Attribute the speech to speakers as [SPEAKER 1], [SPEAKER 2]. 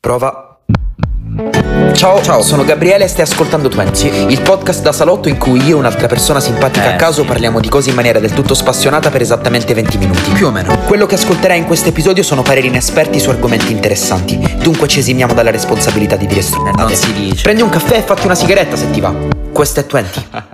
[SPEAKER 1] Prova. Ciao, ciao, sono Gabriele e stai ascoltando Twenty, il podcast da salotto in cui io e un'altra persona simpatica a caso parliamo di cose in maniera del tutto spassionata per esattamente 20 minuti. Più o meno. Quello che ascolterai in questo episodio sono pareri inesperti su argomenti interessanti, dunque ci esimiamo dalla responsabilità di dire stronzate.
[SPEAKER 2] Non si dice.
[SPEAKER 1] Prendi un caffè e fatti una sigaretta se ti va. Questo è Twenty.